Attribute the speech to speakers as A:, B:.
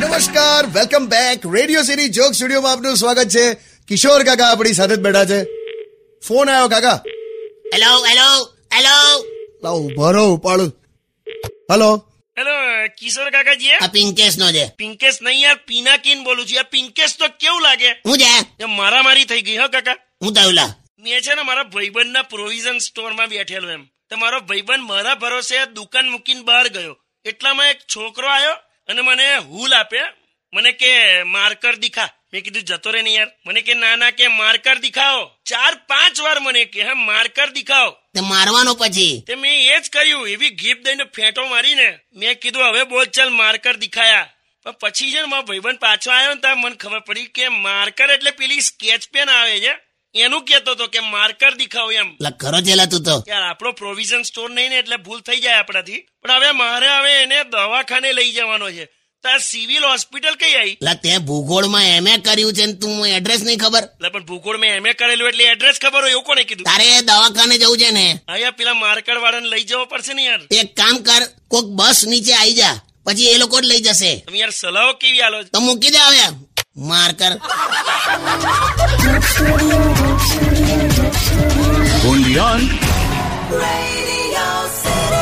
A: નમસ્કાર welcome back Radio City joke સ્ટુડિયોમાં આપનું સ્વાગત છે કિશોર કાકા આપણી સાથે જ બેઠા છે ફોન આવ્યો કાકા
B: હેલો હેલો હેલો
A: લાવ ઉભો રહો ઉપાડું હલો
C: હેલો કિશોર કાકાજી
B: આ પિંકેશ નો છે
C: પિંકેશ નહીં યાર પિનાકીન બોલું છું યાર પિંકેશ તો કેવું લાગે
B: હું છે
C: એ મારામારી થઈ ગઈ હો કાકા
B: હું તાવલા
C: મેં છે ને મારા ભાઈબંધના પ્રોવિઝન સ્ટોરમાં બેઠેલો એમ તો મારો ભાઈબંધ મારા ભરોસે દુકાન મૂકીને બહાર ગયો એટલામાં એક છોકરો આવ્યો અને મને હુલ આપે મને કે માર્કર દીખા મેં કીધું જતો રે ને યાર મને કે ના ના કે માર્કર દીખાઓ ચાર પાંચ વાર મને કે હા માર્કર દીખાઓ
B: તે મારવાનો પછી
C: તે મેં એ જ કર્યું એવી ગીફ દઈને ફેંટો મારીને મેં કીધું હવે બોલ ચાલ માર્કર દેખાયા પણ પછી છે ને મારો ભાઈબંધ પાછો આવ્યો ને ત્યાં મને ખબર પડી કે માર્કર એટલે પેલી સ્કેચ પેન આવે છે એનું કેતો હતો કે માર્કર દેખાવ એમ
B: લા ખરો છેલા તું તો
C: યાર આપણો પ્રોવિઝન સ્ટોર નહીં ને એટલે ભૂલ થઈ જાય આપણાથી પણ હવે મારે હવે એને દવાખાને લઈ જવાનો છે ત્યાં સિવિલ હોસ્પિટલ કઈ આવી
B: લા તે ભૂગોળમાં એમએ કર્યું છે ને તું એડ્રેસ નહીં ખબર
C: એટલે પણ ભૂગોળ મેં એમ કરેલું એટલે એડ્રેસ ખબર હોય એવું કોને કીધું
B: તારે દવાખાને જવું છે ને
C: હા યાર પેલા માર્કર વાળાને લઈ જવો પડશે ને યાર
B: એક કામ કર કોક બસ નીચે આવી જા પછી એ લોકો જ લઈ જશે
C: તમે યાર સલાહો કેવી આલો છો?
B: તો મૂકી દે હવે marker
D: only on
E: Radio City.